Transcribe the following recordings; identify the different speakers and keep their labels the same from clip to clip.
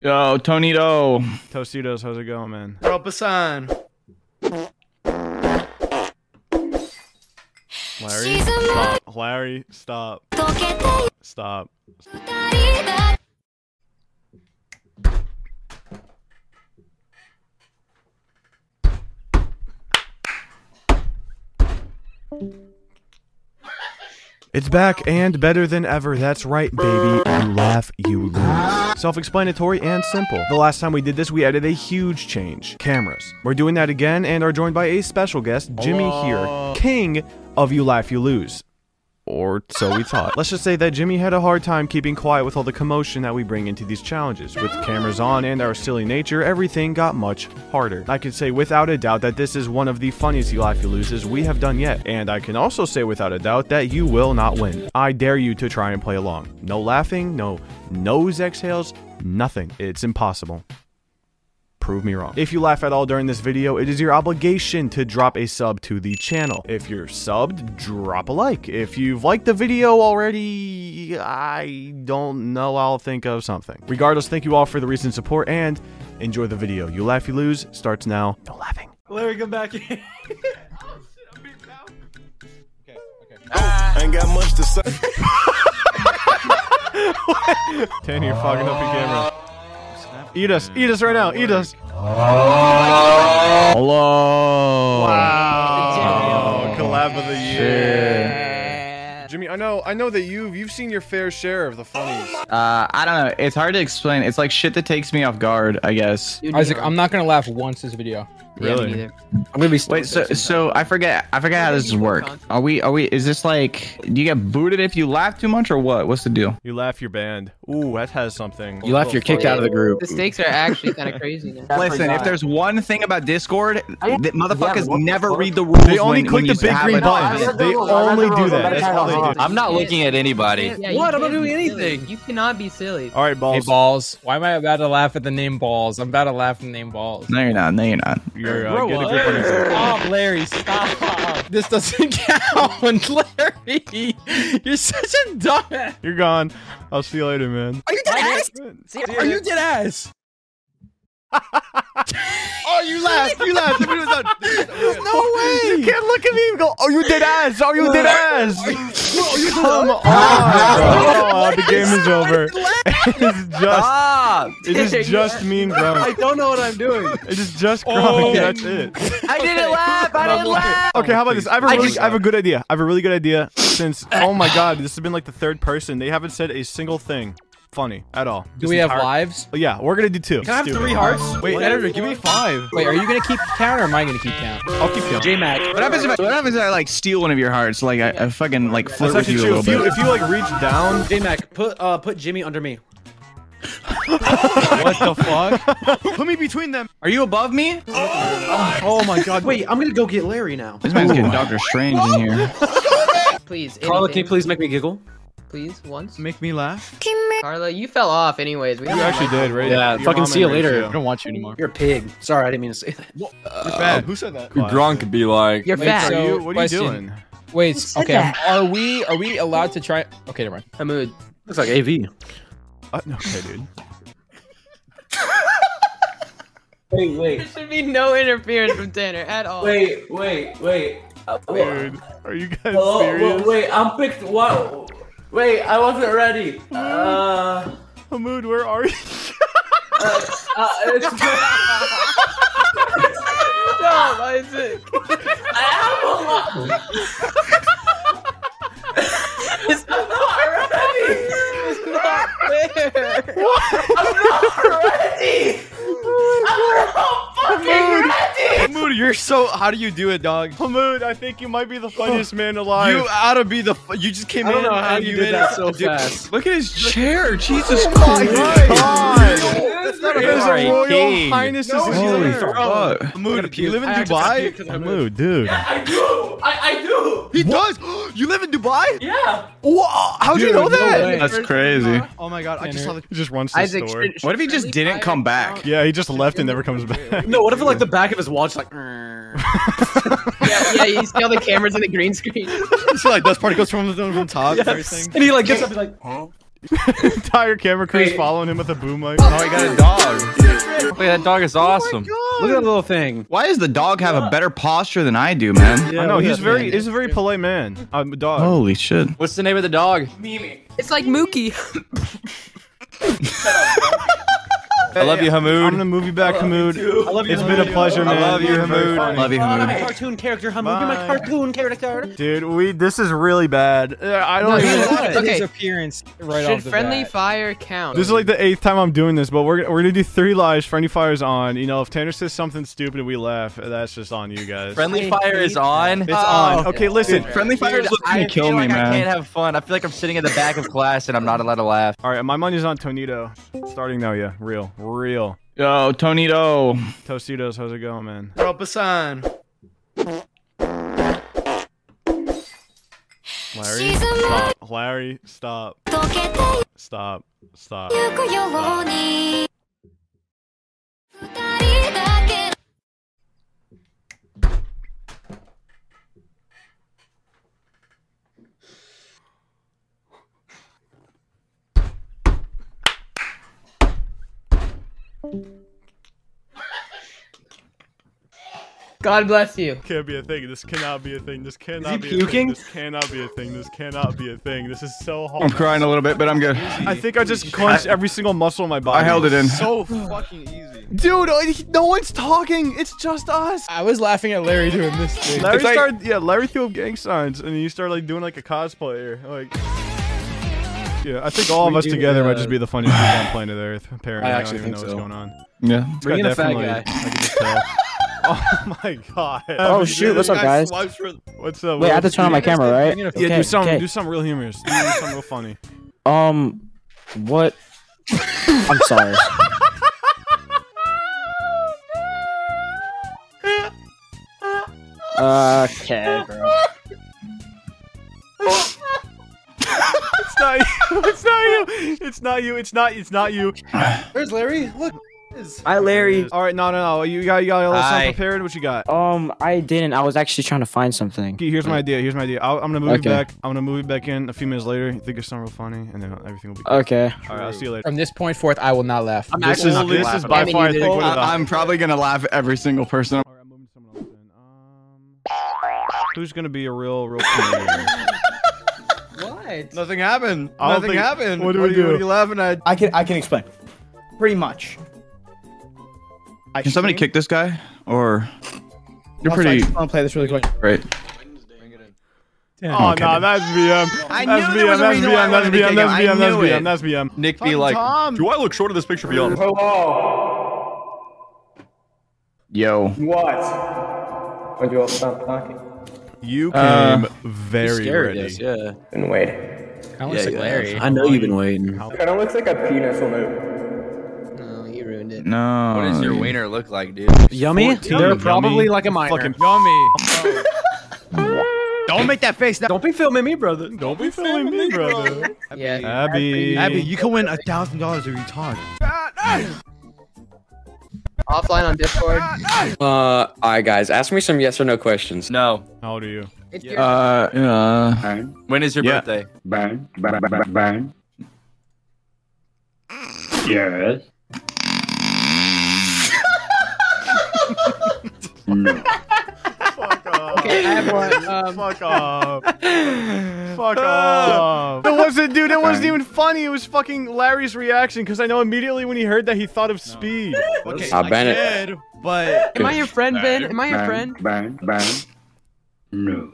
Speaker 1: Yo, Tonito.
Speaker 2: Tostitos, how's it going, man?
Speaker 3: Drop a sign.
Speaker 2: Larry,
Speaker 4: She's a
Speaker 2: stop. Larry, stop.
Speaker 4: 溶けてゆ
Speaker 2: Stop.
Speaker 4: たりだ
Speaker 2: It's back and better than ever. That's right, baby. You laugh, you lose. Self explanatory and simple. The last time we did this, we added a huge change cameras. We're doing that again and are joined by a special guest, Jimmy here, king of You Laugh, You Lose. Or so we thought. Let's just say that Jimmy had a hard time keeping quiet with all the commotion that we bring into these challenges. With cameras on and our silly nature, everything got much harder. I can say without a doubt that this is one of the funniest You Laugh You Loses we have done yet. And I can also say without a doubt that you will not win. I dare you to try and play along. No laughing, no nose exhales, nothing. It's impossible prove me wrong. If you laugh at all during this video, it is your obligation to drop a sub to the channel. If you're subbed, drop a like. If you've liked the video already, I don't know, I'll think of something. Regardless, thank you all for the recent support and enjoy the video. You laugh, you lose, starts now. No laughing.
Speaker 3: Larry, come back here.
Speaker 5: Ain't got much to say.
Speaker 2: Tanny, you're fogging up the camera. Eat us, eat us right now, eat us.
Speaker 1: Hello.
Speaker 2: Oh, collab of the year. Jimmy, I know, I know that you've you've seen your fair share of the funnies.
Speaker 1: Uh, I don't know. It's hard to explain. It's like shit that takes me off guard, I guess.
Speaker 6: Isaac, I'm not gonna laugh once this video.
Speaker 2: Really?
Speaker 7: Yeah, me neither. I'm gonna be
Speaker 1: Wait, so so I forget I forget how this works. Are we are we is this like do you get booted if you laugh too much or what? What's the deal?
Speaker 2: You laugh your band. Ooh, that has something.
Speaker 7: you left. You're kicked out of the group.
Speaker 8: The stakes are actually kind of crazy. Now.
Speaker 1: Listen, if there's one thing about Discord,
Speaker 9: I-
Speaker 1: that motherfuckers
Speaker 9: Yeah, what the
Speaker 1: never
Speaker 9: fuck?
Speaker 1: read the rules.
Speaker 2: They only
Speaker 1: when-
Speaker 2: click
Speaker 1: when
Speaker 2: the
Speaker 1: you
Speaker 2: big
Speaker 1: have
Speaker 2: green
Speaker 1: an
Speaker 2: button.
Speaker 1: event.
Speaker 2: They only do that. That's all they do.
Speaker 9: I'm not
Speaker 8: Yeah.
Speaker 9: looking at anybody.
Speaker 8: Yeah, you
Speaker 7: What? I'm not
Speaker 8: can't
Speaker 7: doing
Speaker 8: be silly.
Speaker 7: anything.
Speaker 8: You cannot be silly.
Speaker 2: All right,
Speaker 6: Hey
Speaker 2: balls.
Speaker 6: balls, why am I about to laugh at the name balls? I'm about to laugh at the name balls.
Speaker 1: No, you're not. No, you're not.
Speaker 2: You're uh,
Speaker 6: Bro,
Speaker 2: get a grip on yourself.
Speaker 6: stop, Larry, stop. This doesn't count, Larry. You're such a dumbass.
Speaker 2: You're gone. I'll see you later, man.
Speaker 6: Are you dead ass? Are you dead ass?
Speaker 2: Oh, you laughed. You laughed. The video's done.
Speaker 6: No
Speaker 2: You can't look at me and go, oh, you did ass. Oh, you did ass. Come on. Oh, bro. Oh, the game is over. It's just,
Speaker 9: Ah,
Speaker 2: it is just me and Grunk.
Speaker 7: don't know what I'm doing.
Speaker 2: It is just Grunk.
Speaker 6: Oh.
Speaker 2: That's it.
Speaker 9: I didn't laugh. I didn't laugh.
Speaker 2: Okay, how about this? I have a really, I have a good idea. I have a really good idea. Since oh my god, this has been like the third person. They haven't said a single thing funny at all.
Speaker 6: Do
Speaker 2: This
Speaker 6: we have
Speaker 2: entire-
Speaker 6: lives?
Speaker 2: Oh, Yeah, we're gonna do two.
Speaker 7: Can I have
Speaker 2: Let's do
Speaker 7: three
Speaker 2: it.
Speaker 7: hearts?
Speaker 2: Wait,
Speaker 7: One,
Speaker 2: editor,
Speaker 7: two,
Speaker 2: give me
Speaker 7: four.
Speaker 2: five.
Speaker 6: Wait, are you gonna keep count or am I gonna keep count?
Speaker 2: I'll keep going.
Speaker 7: J Mac.
Speaker 1: What happens if I, what happens if I like steal one of your hearts? Like I, I fucking like flirt
Speaker 2: That's
Speaker 1: with
Speaker 2: actually
Speaker 1: you a
Speaker 2: true.
Speaker 1: little
Speaker 2: If you,
Speaker 1: bit.
Speaker 2: if you like reach down,
Speaker 7: J Mac, put uh put Jimmy under me.
Speaker 2: what the fuck? Put me between them.
Speaker 1: Are you above me?
Speaker 2: Oh my god.
Speaker 7: Wait, I'm gonna go get Larry now.
Speaker 1: This man's getting Doctor Strange in here.
Speaker 8: Please,
Speaker 7: Carla, can you
Speaker 8: anything.
Speaker 7: please make me giggle?
Speaker 8: please once.
Speaker 2: Make me laugh.
Speaker 4: 君め
Speaker 8: Carla, you fell off anyways. We
Speaker 2: You actually did, right?
Speaker 6: Yeah,
Speaker 2: Your
Speaker 7: fucking
Speaker 2: mom
Speaker 7: see you
Speaker 2: and
Speaker 7: later.
Speaker 2: Rachel.
Speaker 6: I don't want you anymore.
Speaker 7: You're a pig. Sorry, I didn't mean to say that.
Speaker 2: You're bad. Who said that?
Speaker 9: Gronk be like,
Speaker 8: You're
Speaker 6: Wait,
Speaker 8: fat.
Speaker 2: Are
Speaker 6: so-
Speaker 2: you, what are you
Speaker 6: Question.
Speaker 2: doing?
Speaker 6: Wait, okay. Are we are we allowed to try? Okay, never mind.
Speaker 8: Hamoud.
Speaker 7: Looks like AV.
Speaker 2: Uh, no, okay, dude.
Speaker 10: Wait, wait,
Speaker 8: There should be no interference from Tanner at all.
Speaker 10: wait, wait, wait. Uh, wait.
Speaker 2: Dude, are you guys
Speaker 10: Hello,
Speaker 2: serious?
Speaker 10: wait, wait, I'm picked. What? Wait, I wasn't ready. Uh,
Speaker 2: Hamoud, where are you?
Speaker 10: uh it's,
Speaker 8: Stop, Isaac.
Speaker 10: I am alive. it's I'm not ready.
Speaker 8: There.
Speaker 10: I'm not ready. I'm not fucking ready.
Speaker 2: Hamoud, you're so. How do you do it, dog? Hamoud, I think you might be the funniest man alive.
Speaker 9: you ought to be the. F- you just came
Speaker 7: I
Speaker 9: in.
Speaker 7: don't know how
Speaker 9: and
Speaker 7: you
Speaker 9: made
Speaker 7: did that
Speaker 9: it-
Speaker 7: so
Speaker 9: Dude,
Speaker 7: fast.
Speaker 9: Look Oh at his chair. Jesus
Speaker 2: my god! His royal highness is
Speaker 1: Holy
Speaker 2: here.
Speaker 1: fuck!
Speaker 9: Hamoud, you live in
Speaker 7: I have to
Speaker 9: Dubai.
Speaker 7: puke 'cause I'm a-
Speaker 2: Hamoud, dude.
Speaker 10: I do. I, I do.
Speaker 9: He does. You live in Dubai.
Speaker 10: Yeah.
Speaker 9: Wow. How'd you
Speaker 6: Dude,
Speaker 9: know
Speaker 6: no
Speaker 9: that?
Speaker 6: way.
Speaker 1: That's crazy.
Speaker 9: oh my god! I just
Speaker 6: Tanner.
Speaker 9: saw the.
Speaker 2: He just runs to
Speaker 8: Isaac,
Speaker 2: the store.
Speaker 8: should-
Speaker 1: What if he just
Speaker 8: should
Speaker 1: didn't
Speaker 8: fire
Speaker 1: come back?
Speaker 8: count?
Speaker 2: Yeah, he just left and never comes back.
Speaker 7: No, what if like the back of his watch like? "Mm."
Speaker 8: Yeah, yeah, you see all the cameras in the green screen.
Speaker 9: It's like dust particles from the from the top. and
Speaker 7: and he like gets up and like.
Speaker 2: Entire camera crew's
Speaker 10: Wait.
Speaker 2: following him with a boom mic.
Speaker 1: Oh, he got a dog.
Speaker 6: Wait, that dog is awesome. Look at that little thing.
Speaker 1: Why does the dog have a better posture than I do, man?
Speaker 2: I know
Speaker 6: look at
Speaker 2: he's
Speaker 6: that
Speaker 2: very
Speaker 6: thing.
Speaker 2: he's a very polite man. I'm a dog.
Speaker 1: Holy shit.
Speaker 6: What's the name of the dog?
Speaker 10: Mimi.
Speaker 5: It's like Mookie.
Speaker 6: I love you,
Speaker 2: I'm gonna
Speaker 6: Hamoud.
Speaker 2: move you back, Hamoud.
Speaker 3: I love you.
Speaker 2: It's been a pleasure,
Speaker 6: I
Speaker 2: man.
Speaker 6: love you,
Speaker 2: You're very
Speaker 6: Hamoud.
Speaker 2: funny.
Speaker 1: Love you,
Speaker 7: I'm
Speaker 1: Hamoud.
Speaker 7: a cartoon character, Hamu. You're
Speaker 2: Bye.
Speaker 7: my cartoon character.
Speaker 2: Dude, we this is really bad. Uh, I don't.
Speaker 8: you
Speaker 2: even,
Speaker 8: know what?
Speaker 6: His
Speaker 8: Okay.
Speaker 6: appearance right
Speaker 8: Should
Speaker 6: off the
Speaker 8: friendly
Speaker 6: bat.
Speaker 8: fire count?
Speaker 2: this is like the eighth time I'm doing this, but we're gonna- we're gonna do three lives. Friendly fires on. You know, if Tanner says something stupid and we laugh, that's just on you guys.
Speaker 6: Friendly Oh. fire is on.
Speaker 2: It's on. Okay, listen.
Speaker 1: Friendly fire is looking to kill
Speaker 6: feel
Speaker 1: me,
Speaker 6: like I can't
Speaker 1: man.
Speaker 6: have fun. I feel like I'm sitting at the back of class and I'm not allowed to laugh.
Speaker 2: All right, my money's on Tonito. Starting now, yeah, real, real.
Speaker 1: Yo, Tonito.
Speaker 2: Tostitos, how's it going, man?
Speaker 3: Drop a sign.
Speaker 2: Larry,
Speaker 4: 沈む
Speaker 2: Larry, stop,
Speaker 4: 溶けて
Speaker 2: stop, stop.
Speaker 4: ゆくように二人だけの
Speaker 8: God bless you.
Speaker 2: Can't be a thing. This cannot be a thing. This cannot be
Speaker 7: puking?
Speaker 2: a thing. This cannot be a thing. This cannot be a thing. This is so hard.
Speaker 1: I'm crying a little bit, but I'm good.
Speaker 2: I think I just clenched every single muscle in my body.
Speaker 1: I held it in.
Speaker 9: So fucking easy.
Speaker 2: Dude, I- no one's talking. It's just us.
Speaker 6: I was laughing at Larry doing this thing.
Speaker 2: Larry
Speaker 1: like-
Speaker 2: started, yeah, Larry threw up gang signs, and you started like doing like a cosplayer, like. Yeah, I think all of
Speaker 7: We
Speaker 2: us
Speaker 7: do,
Speaker 2: together might
Speaker 7: uh,
Speaker 2: just be the funniest people on planet Earth. Apparently, I,
Speaker 7: actually
Speaker 2: don't even know
Speaker 7: think
Speaker 2: what's
Speaker 7: so.
Speaker 2: going on.
Speaker 1: Yeah.
Speaker 2: This
Speaker 7: Bring
Speaker 2: guy
Speaker 7: in a fat
Speaker 2: definitely-
Speaker 7: guy.
Speaker 2: I can just tell. oh my god.
Speaker 11: Oh shoot! What's up, guys?
Speaker 2: What's up?
Speaker 11: Wait, I have to
Speaker 2: Will?
Speaker 11: turn on my camera, right?
Speaker 2: Yeah,
Speaker 11: Okay,
Speaker 2: do something.
Speaker 11: okay.
Speaker 2: Do something real humorous. Do something real funny.
Speaker 11: Um, what? I'm sorry. okay, bro.
Speaker 2: It's not you. It's not you. It's not you. It's not. It's not you.
Speaker 7: Where's Larry? Look.
Speaker 11: Hi, Larry.
Speaker 2: All right, no, no, no. You got, you got a little
Speaker 6: Hi.
Speaker 2: something prepared. What you got?
Speaker 11: Um, I didn't. I was actually trying to find something.
Speaker 2: Okay, here's my idea. Here's my idea. I'll, I'm gonna move
Speaker 11: Okay.
Speaker 2: you back. I'm gonna move you back in a few minutes later. You think it's something real funny, and then everything will be.
Speaker 12: Uh,
Speaker 2: All
Speaker 11: Okay.
Speaker 2: right, I'll see you later.
Speaker 6: From this point forth, I will not laugh.
Speaker 7: I'm
Speaker 2: This
Speaker 7: actually
Speaker 2: is
Speaker 7: not gonna
Speaker 2: this
Speaker 7: laugh
Speaker 2: is
Speaker 7: at
Speaker 2: by
Speaker 8: all.
Speaker 2: far. I think one of the.
Speaker 1: I'm probably gonna laugh at every single person.
Speaker 2: All right, I'm moving someone else in. Um, who's gonna be a real, real comedian?
Speaker 8: What?
Speaker 9: Nothing happened.
Speaker 2: I don't
Speaker 9: Nothing
Speaker 2: think-
Speaker 9: happened.
Speaker 2: what do we
Speaker 9: are you-
Speaker 2: do?
Speaker 9: What are you laughing at?
Speaker 11: I can. I can explain. Pretty much. I
Speaker 1: Can somebody kick this guy? Or you're
Speaker 11: I
Speaker 1: pretty
Speaker 11: just want to play this really quick.
Speaker 1: great.
Speaker 2: Oh no, that's BM.
Speaker 1: I
Speaker 2: That's
Speaker 1: knew there
Speaker 2: BM.
Speaker 1: was a
Speaker 2: That's
Speaker 1: reason why I
Speaker 2: BM. That's
Speaker 1: wanted to
Speaker 2: BM.
Speaker 1: kick him.
Speaker 2: That's
Speaker 1: I
Speaker 2: BM. That's
Speaker 1: knew it.
Speaker 2: Bm. That's BM.
Speaker 6: Nick be like,
Speaker 9: Tom.
Speaker 6: do I look short in this picture beyond?
Speaker 10: Hello.
Speaker 1: Yo.
Speaker 10: What? When do you all stop talking?
Speaker 2: You came
Speaker 1: Uh,
Speaker 2: very
Speaker 7: Scary,
Speaker 2: ready.
Speaker 7: yes, yeah.
Speaker 10: Been waiting.
Speaker 6: I looks like Larry.
Speaker 7: I know you've been waiting.
Speaker 10: Kind of looks like a penis on the.
Speaker 8: No, you ruined it.
Speaker 1: No.
Speaker 6: What does your wiener look like, dude?
Speaker 7: Yummy? They're probably like a minor.
Speaker 2: Fucking yummy.
Speaker 9: Don't make that face. Now.
Speaker 7: Don't be filming me, brother. Don't
Speaker 2: be filming me, brother.
Speaker 8: Yeah.
Speaker 2: Abby.
Speaker 9: Abby, you can win a thousand dollars if you talk.
Speaker 8: Offline on Discord.
Speaker 6: Uh, all right, guys, ask me some yes or no questions. No.
Speaker 2: How old are you?
Speaker 8: It's
Speaker 1: Uh, uh,
Speaker 6: When is your
Speaker 1: Yeah.
Speaker 6: birthday?
Speaker 13: Bang, bang, bang, bang. Yes. no.
Speaker 2: Fuck off.
Speaker 8: Okay, I have one. Um,
Speaker 2: Fuck off. Fuck off. It Uh, wasn't, dude, it wasn't even funny. It was fucking Larry's reaction because I know immediately when he heard that he thought of speed.
Speaker 9: Okay,
Speaker 13: I
Speaker 9: bet it. but
Speaker 8: Am I your friend, Ben? Am I your
Speaker 13: bang,
Speaker 8: friend?
Speaker 13: Bang, bang. No.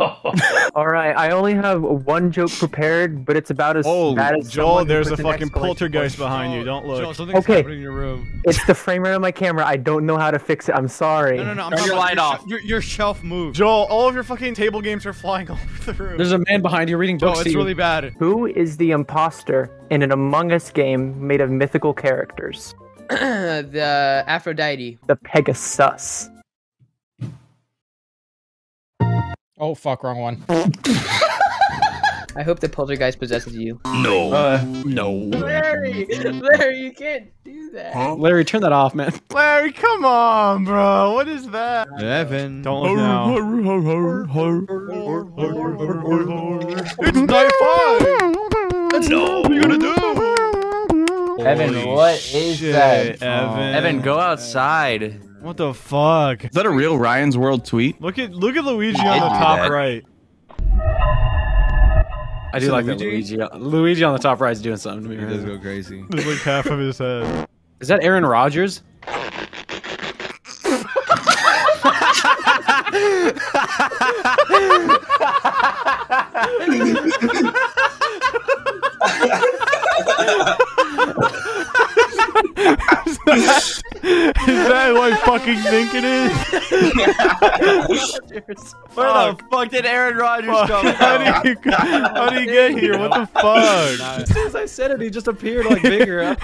Speaker 10: All right, I only have one joke prepared, but it's about as bad as
Speaker 2: Joel,
Speaker 10: someone who
Speaker 2: there's a
Speaker 10: puts an
Speaker 2: fucking
Speaker 10: exclamation
Speaker 2: poltergeist
Speaker 10: point.
Speaker 2: behind you. Don't look.
Speaker 9: Joel, something's
Speaker 10: Okay.
Speaker 9: happening in your room.
Speaker 10: It's the frame rate on my camera. I don't know how to fix it. I'm sorry.
Speaker 9: No, no, no. I'm
Speaker 6: Turn
Speaker 9: talking
Speaker 6: your
Speaker 9: about
Speaker 6: light off.
Speaker 9: sh- Your, your shelf moved.
Speaker 2: Joel, all of your fucking table games are flying all over the room.
Speaker 7: There's a man behind you reading
Speaker 9: Joel,
Speaker 7: books. to
Speaker 9: it's
Speaker 7: you.
Speaker 9: really bad.
Speaker 10: Who is the imposter in an Among Us game made of mythical characters?
Speaker 8: the Aphrodite.
Speaker 10: The Pegasus.
Speaker 6: Oh fuck, wrong one.
Speaker 8: I hope the poltergeist possesses you.
Speaker 13: No.
Speaker 1: uh,
Speaker 8: Larry, Larry, you can't do that.
Speaker 7: Larry, turn that off, man.
Speaker 2: Larry, come on, bro. What is that?
Speaker 9: Evan.
Speaker 2: Don't look now. it's night five.
Speaker 9: Evan, no. What are you gonna do?
Speaker 10: Evan,
Speaker 9: Holy
Speaker 10: what is
Speaker 9: shit,
Speaker 10: that?
Speaker 9: Evan.
Speaker 10: Evan, go outside.
Speaker 2: What the fuck?
Speaker 1: Is that a real Ryan's World tweet?
Speaker 2: Look at look at Luigi
Speaker 10: Yeah,
Speaker 2: on the
Speaker 10: do
Speaker 2: top
Speaker 10: that.
Speaker 2: right.
Speaker 6: I do
Speaker 10: So
Speaker 6: like that
Speaker 10: Luigi-
Speaker 6: Luigi.
Speaker 7: Luigi on the top right is doing something to me.
Speaker 9: Let's
Speaker 7: right now.
Speaker 9: go crazy.
Speaker 2: There's like half of his head.
Speaker 7: Is that Aaron Rodgers?
Speaker 2: Is that what I fucking think it is? Where the
Speaker 9: the fuck did Aaron Rodgers
Speaker 2: fuck? How do you, how do you get here? What the fuck?
Speaker 7: As soon as I said it, he just appeared like bigger.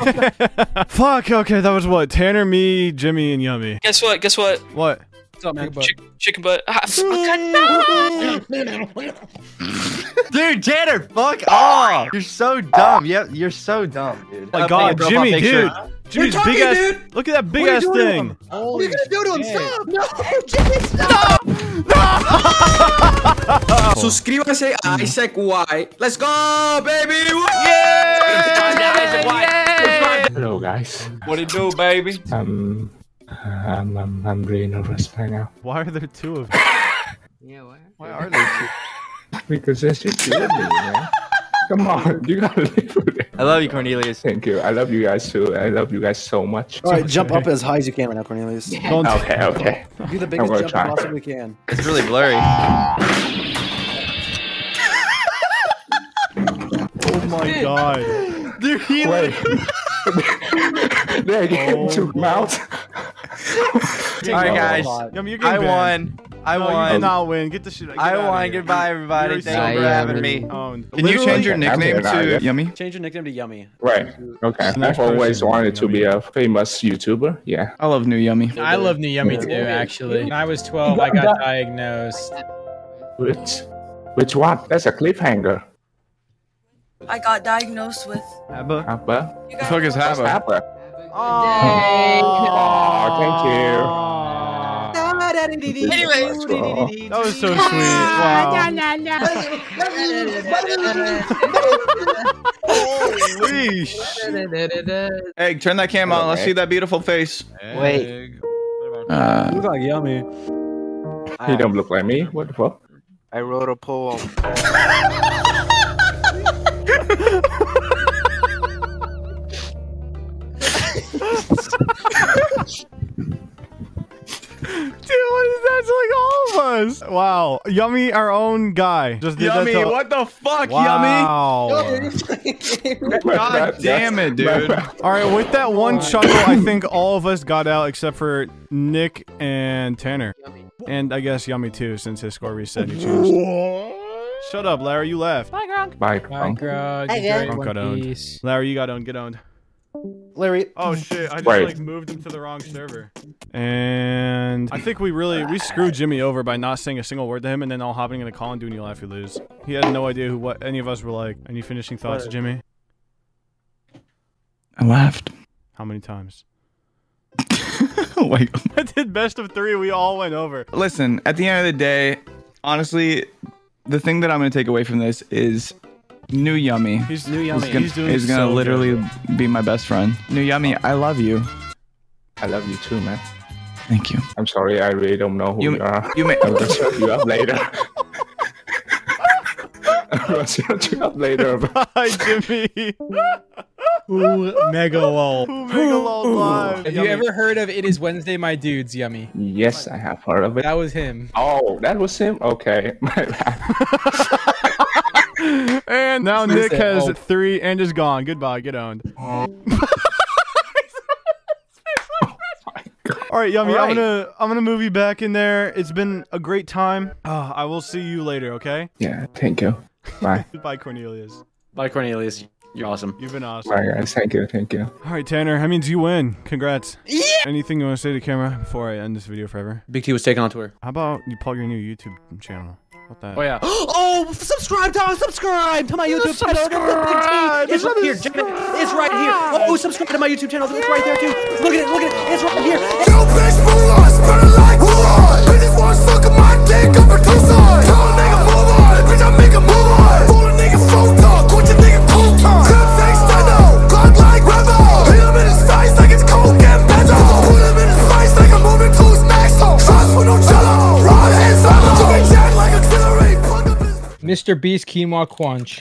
Speaker 2: fuck. Okay, that was what Tanner, me, Jimmy, and Yummy.
Speaker 5: Guess what? Guess what?
Speaker 2: What?
Speaker 7: What's up, man?
Speaker 5: Chick- chicken butt. Ah, fuck.
Speaker 9: Dude, Tanner, fuck off. You're so dumb. Yep, you're so dumb, dude.
Speaker 2: Oh my God, Jimmy, dude. Jimmy's
Speaker 11: talking,
Speaker 2: big ass.
Speaker 11: dude.
Speaker 2: Look at that big
Speaker 11: What are you
Speaker 2: ass
Speaker 11: doing to
Speaker 2: thing.
Speaker 11: him? What are you gonna do to him? Stop! No, Jimmy, stop!
Speaker 6: Suscríbase
Speaker 7: Mm.
Speaker 6: a Isaac Y. Let's go, baby.
Speaker 12: Hello, guys.
Speaker 6: What it do, baby?
Speaker 12: Um, I'm, I'm, I'm really nervous right now
Speaker 2: Why are there two of them?
Speaker 9: Why are they two?
Speaker 12: because that's just killing me, man. Come on, you gotta live with it.
Speaker 9: I love you, Cornelius.
Speaker 12: Thank you. I love you guys too. I love you guys so much.
Speaker 7: All right, jump up as high as you can right now, Cornelius.
Speaker 2: Don't-
Speaker 12: Okay, okay.
Speaker 7: Do the
Speaker 12: I'm
Speaker 7: biggest
Speaker 12: gonna
Speaker 7: jump
Speaker 12: try.
Speaker 7: you possibly can.
Speaker 9: It's really blurry.
Speaker 2: Oh my god.
Speaker 9: Dude, he
Speaker 12: Wait. there you go. Two mouths.
Speaker 9: Alright, guys.
Speaker 2: Yummy,
Speaker 9: I
Speaker 2: you're getting banned.
Speaker 9: won. I
Speaker 2: No,
Speaker 9: won.
Speaker 2: You did not win. Get the shit. Get
Speaker 9: I
Speaker 2: outta
Speaker 9: won.
Speaker 2: here.
Speaker 9: Goodbye, everybody.
Speaker 2: You're
Speaker 9: Thank
Speaker 2: so
Speaker 9: you for
Speaker 8: I
Speaker 9: having
Speaker 8: am.
Speaker 9: me.
Speaker 2: Owned.
Speaker 1: Can you change your
Speaker 2: Literally-
Speaker 1: nickname
Speaker 12: I'm here now,
Speaker 1: to
Speaker 12: yeah.
Speaker 1: Yummy?
Speaker 7: Change your nickname to Yummy.
Speaker 12: Right. Okay.
Speaker 2: Next
Speaker 12: I've always
Speaker 2: person.
Speaker 12: wanted to be a famous YouTuber. Yeah.
Speaker 1: I love new Yummy.
Speaker 6: I love New Yummy too,
Speaker 7: actually.
Speaker 6: When I was 12, I got diagnosed.
Speaker 12: Which, which one? That's a cliffhanger.
Speaker 14: I got diagnosed with.
Speaker 2: Abba.
Speaker 12: Abba.
Speaker 14: You
Speaker 1: The
Speaker 14: guys
Speaker 1: fuck is
Speaker 12: That's
Speaker 1: Habba?
Speaker 12: Abba.
Speaker 2: Aw,
Speaker 14: Anyways.
Speaker 12: Well,
Speaker 2: thank you. That was so sweet. Wow. Holy sh-
Speaker 1: Hey, turn that cam on. Let's see that beautiful face.
Speaker 10: Wait.
Speaker 1: Uh,
Speaker 7: Looks like Yummy.
Speaker 12: He don't look like me. What the fuck?
Speaker 10: I wrote a poem.
Speaker 2: Dude, what is that? It's like all of us. Wow. Yummy, our own guy. Just did
Speaker 1: Yummy,
Speaker 2: that to-
Speaker 1: what the fuck, Yummy?
Speaker 2: wow.
Speaker 1: God
Speaker 12: That-
Speaker 1: damn it, dude.
Speaker 2: All right, with that one chuckle, I think all of us got out except for Nick and Tanner. And I guess Yummy too, since his score reset. He changed. Shut up, Larry. You left.
Speaker 12: Bye.
Speaker 6: My
Speaker 12: Kong.
Speaker 6: God.
Speaker 14: Hey, guys.
Speaker 2: Punk got owned. Larry, you got owned. Get owned.
Speaker 7: Larry.
Speaker 2: Oh shit! I just
Speaker 12: Right.
Speaker 2: like moved him to the wrong server. And I think we really we screwed Jimmy over by not saying a single word to him, and then all hopping in a call and doing you laugh, you lose. He had no idea who what any of us were like. Any finishing thoughts, Jimmy?
Speaker 1: I laughed.
Speaker 2: How many times? Oh
Speaker 1: Wait.
Speaker 2: I did best of three. We all went over.
Speaker 1: Listen, at the end of the day, honestly, the thing that I'm going to take away from this is new Yummy.
Speaker 2: He's
Speaker 7: New
Speaker 1: Is
Speaker 7: Yummy.
Speaker 1: gonna,
Speaker 2: He's doing
Speaker 1: is gonna
Speaker 2: so good.
Speaker 1: literally be my best friend. New Yummy, I love you.
Speaker 12: I love you too, man.
Speaker 1: Thank you.
Speaker 12: I'm sorry. I really don't know who
Speaker 1: You-
Speaker 12: you, are.
Speaker 1: You may.
Speaker 12: I'm gonna shut you up later. I'm gonna shut you up later. bro.
Speaker 2: Hi, Jimmy.
Speaker 6: Mega lol.
Speaker 2: Megalol live.
Speaker 6: Have you ever heard of It Is Wednesday, My Dudes? Yummy.
Speaker 12: Yes, I have heard of it.
Speaker 6: That was him.
Speaker 12: Oh, that was him. Okay, my bad.
Speaker 2: and now Nick
Speaker 6: that?
Speaker 2: has
Speaker 6: Oh.
Speaker 2: three and is gone. Goodbye. Get owned. All right, Yummy. I'm
Speaker 9: All right.
Speaker 2: gonna I'm gonna move you back in there. It's been a great time. Uh, I will see you later. Okay.
Speaker 12: Yeah, thank you. Bye.
Speaker 2: Goodbye, Cornelius.
Speaker 7: Bye, Cornelius. You're awesome.
Speaker 2: You've been awesome.
Speaker 12: Bye, guys. Thank you. Thank you.
Speaker 2: All right, Tanner. That means you win. Congrats. Yeah. Anything you want to say to camera before I end this video forever?
Speaker 7: Big T was taken on tour.
Speaker 2: How about you plug your new YouTube channel? How About that.
Speaker 7: Oh yeah.
Speaker 6: Oh, subscribe, dog. Subscribe to my YouTube
Speaker 2: Subscribe!
Speaker 7: It's right here, Jimmy. It's right here. Oh, subscribe to my YouTube channel. It's right there too. Look at it. Look at it. It's right here.
Speaker 15: Yo, bitch, move on, spit it like move on. Bitches wanna suck on my dick, I'm a Tucson. Tell a nigga move on, bitch, I make a move on. Fool a nigga phone talk, quit your nigga cold talk.
Speaker 6: Mr. Beast Quinoa Quanch.